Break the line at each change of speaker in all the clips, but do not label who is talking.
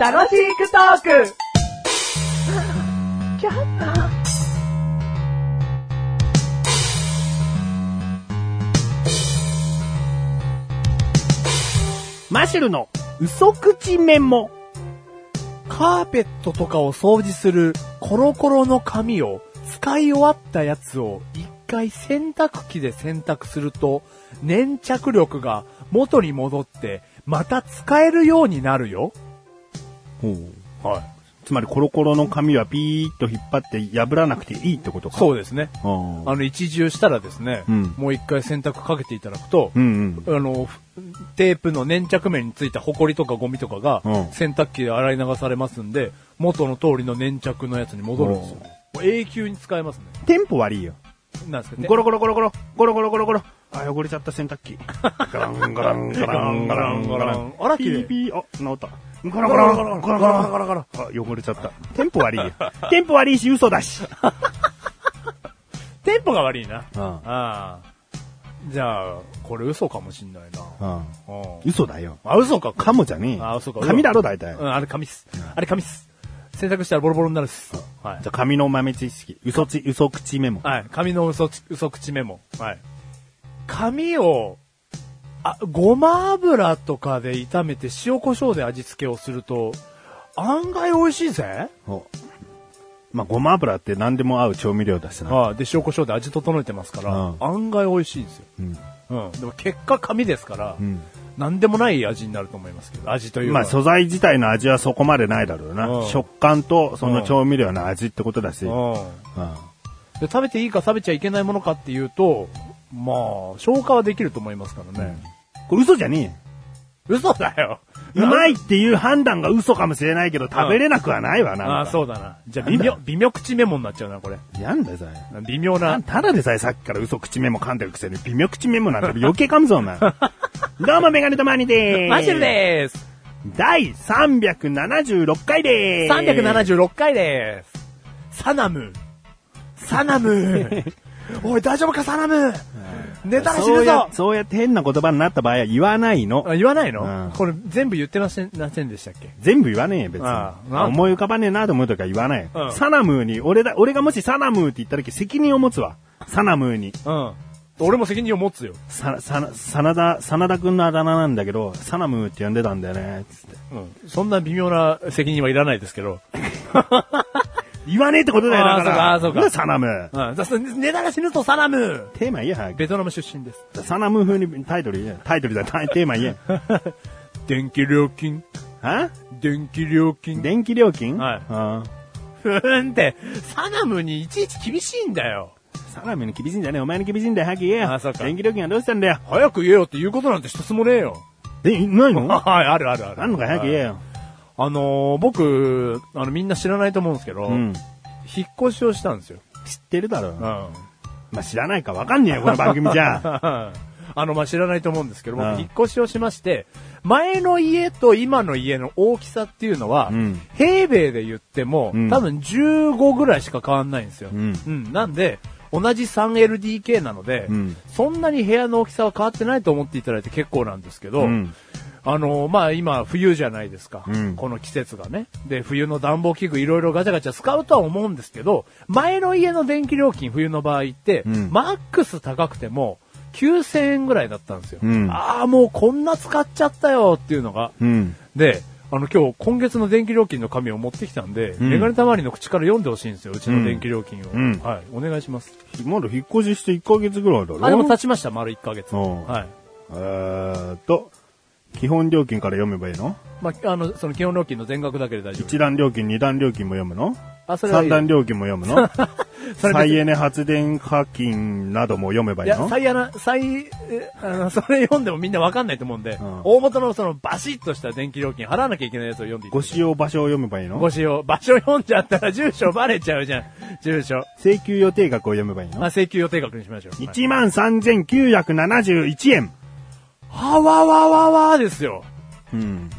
楽しくトーク
マシュルの嘘口メモ。
カーペットとかを掃除するコロコロの紙を使い終わったやつを一回洗濯機で洗濯すると粘着力が元に戻ってまた使えるようになるよ。はい。
つまりコロコロの紙はピーッと引っ張って破らなくていいってことか。う。
そうですね。
あ
あの、一重したらですね、
うん
もう一回洗濯かけていただくと、
うん
あの、ふテープの粘着面についたホコリとかゴミとかが
うん
洗濯機で洗い流されますんで、元の通りの粘着のやつに戻るんですよ。もう永久に使えますね。
うん。テンポ悪いよ。
なんですかね
ゴ。ロゴロゴロゴロ、ゴロゴロゴロゴロ。あ、汚れちゃった洗濯機。ガランガランガランガランガラン。
あら
ピ
綺麗
ーピー。あ、治った。ゴロゴロゴロゴロゴロゴロゴロ。あ、汚れちゃった。テンポ悪いよ。テンポ悪いし、嘘だし。
テンポが悪いな。
うん
ああ。じゃあ、これ嘘かもしんないな。
うん。
うん。
嘘だよ。
あ、嘘か。
カモじゃねえ。
あ、嘘か。
紙だろ、大体。
うん、あれ紙っす。あれ紙っす。洗濯したらボロボロになるっす。はい
じゃあ、。紙の豆知識。嘘ち、嘘口メモ。
はい。紙の嘘ち、嘘口メモ。はい。紙を、あ、ごま油とかで炒めて塩胡椒で味付けをすると、案外美味しいぜ。
おまあ、ごま油って何でも合う調味料だしな。
はい。で、塩胡椒で味整えてますから、
うん
案外美味しいんですよ。
うん。
うん。でも結果紙ですから、
うん。
なんでもない味になると思いますけど、味というか。
まあ、素材自体の味はそこまでないだろうな。
うん
食感と、その
うん
調味料の味ってことだし。うん。
うん。で、食べていいか食べちゃいけないものかっていうと、まあ、消化はできると思いますからね。
これ嘘じゃね
嘘だよ。
え。うまいっていう判断が嘘かもしれないけど、食べれなくはないわな。
ああ、
う。
そうだな。じゃあ、微妙、微妙口メモになっちゃうな、これ。
やんだよ、それ。
微妙
た
な。
ただでさえさっきから嘘口メモ噛んでるくせに、微妙口メモなんて余計噛むぞ、お 前。どうも、メガネとマニでーす。
マジルでーす。
第376回でーす。
376回でーす。サナム。サナム。 おい、大丈夫か、サナム。寝たら死
そ
ぬ
うや
ぞ。
そうやって変な言葉になった場合は言わないの。
あ言わない
うん
のこれ全部言ってません、ませんでしたっけ
全部言わねえよ、別に
ああ。なん
思い浮かばねえなと思うときは言わない。
うん
サナムーに、俺だ、俺がもしサナムーって言ったとき責任を持つわ。サナムーに。
うん。俺も責任を持つよ。
さ、さ、サナダ、サナダくんのあだ名なんだけど、サナムーって呼んでたんだよね、つって。
うん。そんな微妙な責任はいらないですけど。
言わねえってことだよ、
ああ
だから。
そうか
な
あ
んだ
そうか
サナムー。
うん。だ寝たら死ぬぞ、サナム。
テーマ言え、早く。
ベトナム出身です。
サナムー風にタイトル言え。タイトルだ、タイテーマ 言え。
電気料金。
は
電気料金。
電気料金
はい
ああ
ふーんって、サナムにいちいち厳しいんだよ。
サナムーに厳しいんじゃねえ、お前に厳しいんだよ、早く言えよ。
あそうか
電気料金はどうしたんだよ。
早く言えよって言うことなんて一つもねえよ。
え、ないの
はい、あるあるある。
あんのか早く言えよ。
あのー僕、あの、みんな知らないと思うんですけど、
うん。
引っ越しをしたんですよ。
知ってるだろ。
ん。
まあ、知らないかわかんねえよ、この番組じ ゃ。
あの、まあ、知らないと思うんですけど、僕
うん
引っ越しをしまして、前の家と今の家の大きさっていうのは、
うん
平米で言っても、
うん
多分15ぐらいしか変わんないんですよ。
うん
なんで、同じ 3LDK なので、
うん
そんなに部屋の大きさは変わってないと思っていただいて結構なんですけど、
うん
あの、まあ、今、冬じゃないですか、
うん
この季節がね。で、冬の暖房器具いろいろガチャガチャ使うとは思うんですけど、前の家の電気料金冬の場合って、
うん
マックス高くても9000円ぐらいだったんですよ。
うん
ああ、もうこんな使っちゃったよっていうのが。
うん。
で、あの今日今月の電気料金の紙を持ってきたんで、
ん
メガネたまりの口から読んでほしいんですよ、うちの電気料金を。
うん
はい、お願いします。
まだ引っ越しして1ヶ月ぐらいだろ。
あ、でも経ちました、丸1ヶ月。
うん
はい。
えーっと、基本料金から読めばいいの
まあ、あの、その基本料金の全額だけで大丈夫です。
一段料金、二段料金も読むの
あ、それはい
三
い
段料金も読む の
それ別に
再エネ発電課金なども読めばい
い
い
や、
の
最悪な、最、えあの、 それ読んでもみんなわかんないと思うんで、
ん
大元のそのバシッとした電気料金払わなきゃいけないやつを読んでいた
ご
だきた
使
い
用場所を読めばいいの
ご使用。場所読んじゃったら住所バレちゃうじゃん。住所。
請求予定額を読めばいい
ま
の
あ、請求予定額にしましょう。はい
?13,971 円。
はわわわわですよ。
うん。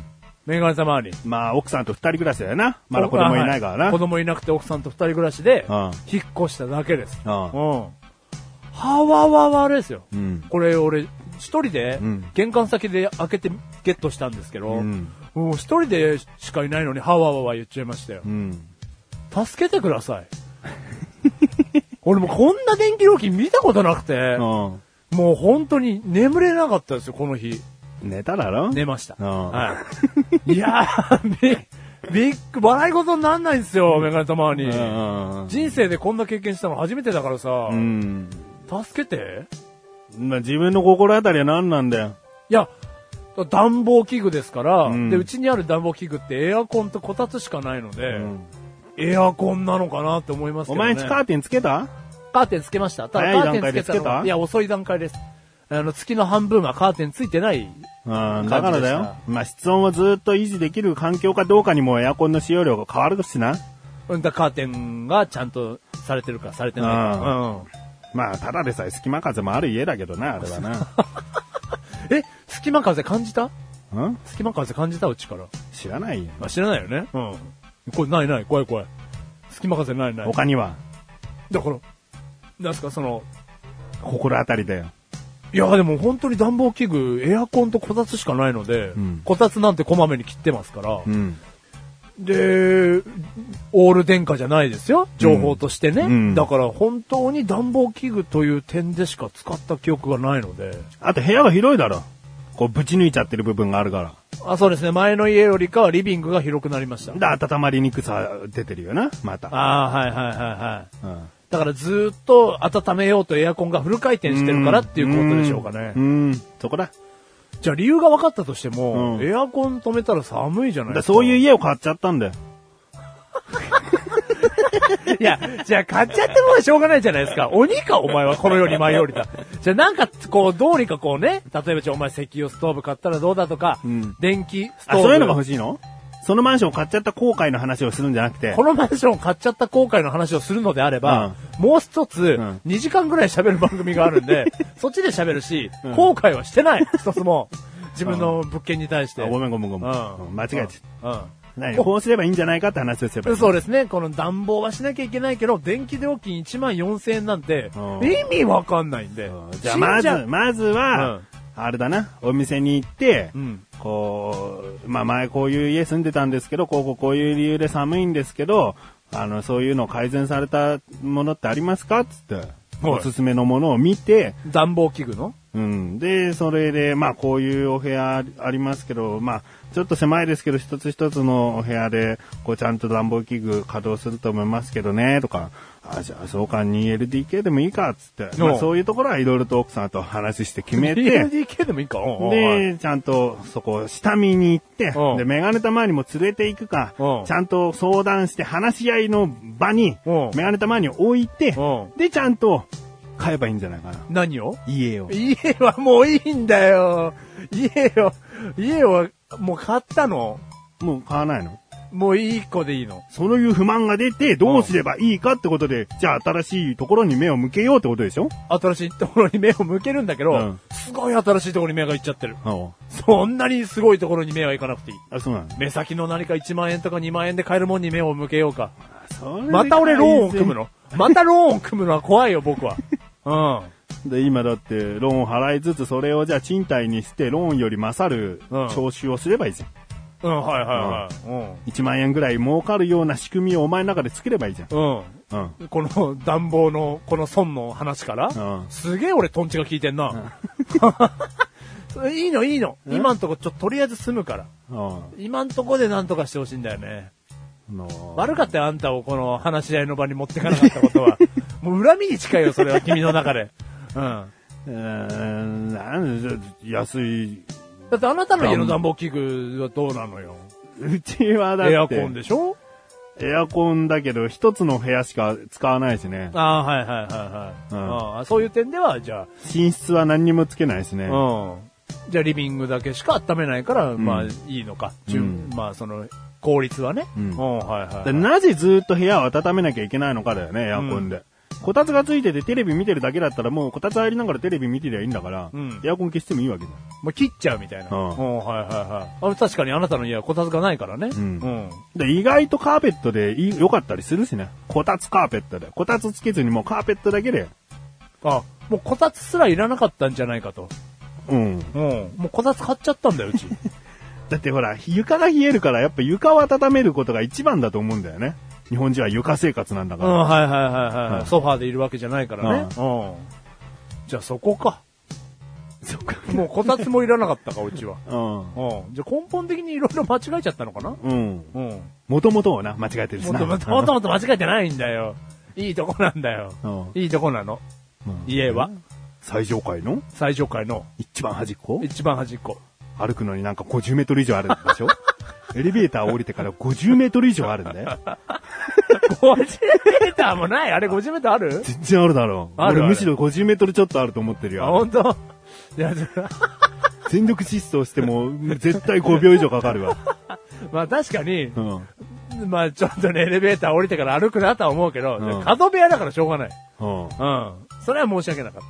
メガネ様に。
まあ、奥さんと二人暮らしだよな。まだ子供いないからな。
はい子供いなくて奥さんと二人暮らしで
うん、
引っ越しただけです。
うん
うん。はわわわですよ。
うん
これ俺、一人で
うん、
玄関先で開けてゲットしたんですけど、
うん
もう一人でしかいないのに、はわわわ言っちゃいましたよ
う。ん。
助けてください。 俺もこんな電気料金見たことなくて、
うん。
もう本当に眠れなかったですよ、この日。
寝ただろ
寝ました。
うん
はい。いやー、び、びっく、笑い事になんないんですよ、メガネたまに。
うん。
人生でこんな経験したの初めてだからさ、
うん。
助けて
まあ、自分の心当たりは何なんだよ。
いや、暖房器具ですから、
うん
で、うちにある暖房器具ってエアコンとこたつしかないので、
うん
エアコンなのかなって思いますけ
お
ど、ね。
前んちカーテンつけた
カーテンつけました。ただ
早い
カーテ
段階で
ンつけた
つけ
の
た
は、いや、遅い段階です。あの、月の半分はカーテンついてない。
うん、だからだ
感
よ
じで。
まあ、室温をずっと維持できる環境かどうかにもエアコンの使用量が変わるしな。
うんだ、カーテンがちゃんとされてるか、されてないか。
まあ、ただでさえ隙間風もある家だけどな、あれは な。
うん。え、隙間風感じた
うん
隙間風感じたうちから。
知らないよ。
あ、知らないよね。うん。これ、ないない、怖い怖い。隙間風ないない。
他には、
だから、なんすか、その、
心当たりだよ。
いや、でも本当に暖房器具、エアコンとこたつしかないので、
ん
こたつなんてこまめに切ってますから、
うん。
で、オール電化じゃないですよ、情報としてね。
うんうん
だから本当に暖房器具という点でしか使った記憶がないので、
あと部屋が広いだろ。こう、ぶち抜いちゃってる部分があるか
あそうですね、前の家よりかはリビングが広くなりました。
ら。で、温まりにくさ出てるよな、また。
ああ、はいはいはいはい。
うん。
だからずーっと温めようとエアコンがフル回転してるからっていうことでしょうかね。
うん、うんそこだ。
じゃあ理由が分かったとして
う
も、
ん
エアコン止めたら寒いじゃない
だ
ですか。
そういう家を買っちゃったんだよ。
いや、じゃあ買っちゃってもしょうがないじゃないですか。鬼か、 お前は。この世に舞い降りた。じゃあなんか、こう、どうにかこうね、例えばじゃあお前石油ストーブ買ったらどうだとか、
うん
電気ストー
あ、
ブ。
そういうのが欲しいのそのマンションを買っちゃった後悔の話をするんじゃなくて
こ、のマンションを買っちゃった後悔の話をするのであれば、もう一つ、
ん
2時間ぐらい喋る番組がある んで、そっちで喋るし、後悔はしてない。一つも。自分の物件に対して。
あごめんごめんごめん。
うん
うん間違えちゃっ
うんうん
た。何こうすればいいんじゃないかって話をすればいい。
そうですね。この暖房はしなきゃいけないけど、電気料金1万4000円なんて
う、ん
意味わかんないんで
うん。じゃあま
死ん
ず、まずは、
うん
あれだな、お店に行って、
うん
こう、まあ前こういう家住んでたんですけど、こうこうこういう理由で寒いんですけど、あの、そういうの改善されたものってありますかつって、おすすめのものを見て、
暖房器具の
うん。で、それで、まあ、こういうお部屋ありますけど、まあ、ちょっと狭いですけど、一つ一つのお部屋で、こう、ちゃんと暖房器具稼働すると思いますけどね、とか、あ、じゃあ、そうか、2LDK でもいいか、つって、ま
お
あ、
う
そういうところはいろいろと奥さんと話して決めて、
LDK でもいいか。うんうんはい
で、ちゃんと、そこ、下見に行って
うん、
で、メガネたまにも連れて行くか
うん、
ちゃんと相談して話し合いの場に、
うん
メガネたまに置いて
う、
で、ちゃんと、買えばいいんじゃないかな。
何を
家を。
家はもういいんだよ。家を、家をもう買ったの
もう買わないの
もういい子でいいの。
そういう不満が出て、どうすればいいかってことで、じゃあ新しいところに目を向けようってことでしょ
新しいところに目を向けるんだけど、
うん
すごい新しいところに目がいっちゃってる。
あ
そんなにすごいところに目はいかなくていい。
あ、そうなの
目先の何か1万円とか2万円で買えるもんに目を向けようか。
それで
また俺ローンを組むのまたローンを組むのは怖いよ、僕は。うん。
で、今だって、ローンを払いつつ、それをじゃあ賃貸にして、ローンより勝る
うん
徴収をすればいいじゃん。
うん、はいはいは
1万円ぐらい儲かるような仕組みをお前の中で作ればいいじゃん
い。。うん。うん。
うん。
この暖房の、この損の話から、
うん
すげえ俺トンチが効いてんな。 いいのいいの。今んとこちょっととりあえず済むから。
うん。
今んとこでなんとかしてほしいんだよね。
の
悪かったよ、あんたをこの話し合いの場に持ってかなかったこと は。もう恨みに近いよ、それは君の中で。うん。
うーん、なんで、安い。
だってあなたの家の暖房器具はどうなのよ。
うちはだって、
エアコンでしょ
エアコンだけど、一つの部屋しか使わないしね。
ああ、はいはいはいはい。
うん
ああそういう点では、じゃあ、
寝室は何にもつけないしね。
うん。じゃあリビングだけしか温めないから、
ん
まあいいのか。じゅんまあその、効率はね。
ん
うん、はいはい、
でなぜずっと部屋を温めなきゃいけないのかだよね、エアコンで。こたつがついててテレビ見てるだけだったらもうこたつ入りながらテレビ見てりゃいいんだから、
うん
エアコン消してもいいわけだ。
もう切っちゃうみたいな。
うん
うん、はいはいはい。あれ確かにあなたの家はこたつがないからね。うん
で、意外とカーペットでいい良かったりするしね。こたつカーペットで。こたつつけずにもうカーペットだけで。
あ、もうこたつすらいらなかったんじゃないかと。
うん。
うん。もうこたつ買っちゃったんだよ、うち。
だってほら、床が冷えるから、やっぱ床を温めることが一番だと思うんだよね。日本人は床生活なんだ
う
か
ん、
ら。
はいはいはいは
うん
い。ソファーでいるわけじゃないからね。うん。じゃあそこ か。
そっか。
もうこたつもいらなかったか、うちは。
う。
うん。じゃあ根本的にいろいろ間違えちゃったのかなん
うん。
うん。
もともとをな、間違えてるし
も
な。
ともと、もともと間違えてないんだよ。いいとこなんだよ。
う
いいとこなの。
ん
家は
最上階の
最上階の
一番端っこ
一番端っこ。
歩くのになんか50メートル以上あるんでし ょエレベーター降りてから50メートル以上あるんだよ。
50メーターもないあれ50メーターあ る
全然あるだろう。
あるある
俺むしろ50メートルちょっとあると思ってる
あ、
よ。
本当。いや、それ
全力疾走しても絶対5秒以上かかるわ。
まあ確かに
う、ん。
まあちょっとね、エレベーター降りてから歩くなとは思うけど、
うん
角部屋だからしょうがない。
うん。
うん。それは申し訳なかっ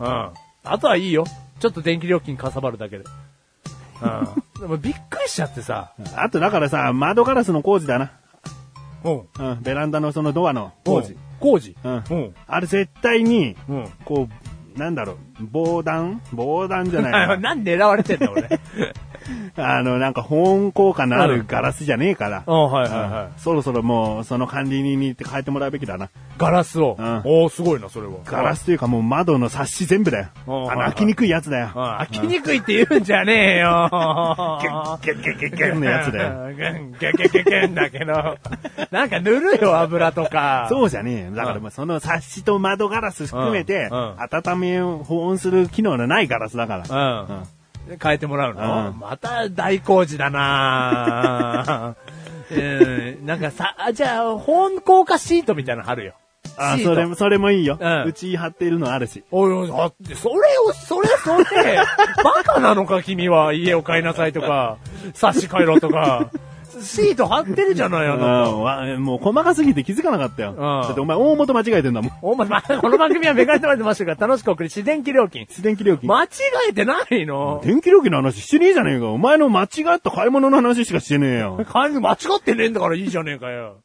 た。うん。あとはいいよ。ちょっと電気料金かさばるだけで。 うん。でもびっくりしちゃってさ、
あとだからさ、窓ガラスの工事だな。
うん。
うん。ベランダのそのドアの工事。。
工事。
うん。
うん。
あれ絶対に、
うん。
こう、なんだろう、防弾防弾じゃないな。
なんで狙われてんだ俺。
あの、なんか保温効果のあるガラスじゃねえから。
うん、はいはいは
そろそろもう、その管理人に行って変えてもらうべきだな。
い。ガラスを。
うん
おおすごいな、それは。
ガラスというかもう窓の冊子全部だよ。あ
うん
の、
はいはい
開きにくいやつだよ。
うん。飽きにくいって言うんじゃねえよ。
ギュッギュッギュッギュッギュッのやつだよ。
よ。ゲン、ゲゲゲゲンだけど。なんかぬるいよ、油とか。。
そううじゃねえよ。だからもうその冊子と窓ガラス含めて、
うんうん
温めを保温する機能のないガラスだから。
うん。変えてもらう
う
の、
ん
また大工事だな うん。なんかさ、あじゃあ、本効果シートみたいなの貼るよ。
あ、
シート
それも、それもいいよ。
うん
うち貼ってるのあるし。
おいおい、貼って、それを、それ、それ、 バカなのか君は、家を買いなさいとか、冊子変えろとか、シート貼ってるじゃないあ
う
なた
ん、わもう細かすぎて気づかなかったよ。
ん
だってお前大元間違えてんだもん。
お前、ま、この番組はめがれてまいりましたが、楽しく送り、自然気料金。
電気料金。
間違えてないの
電気料金の話してねえじゃねえか。お前の間違った買い物の話しかしてねえよ。
金間違ってねえんだからいいじゃねえかよ。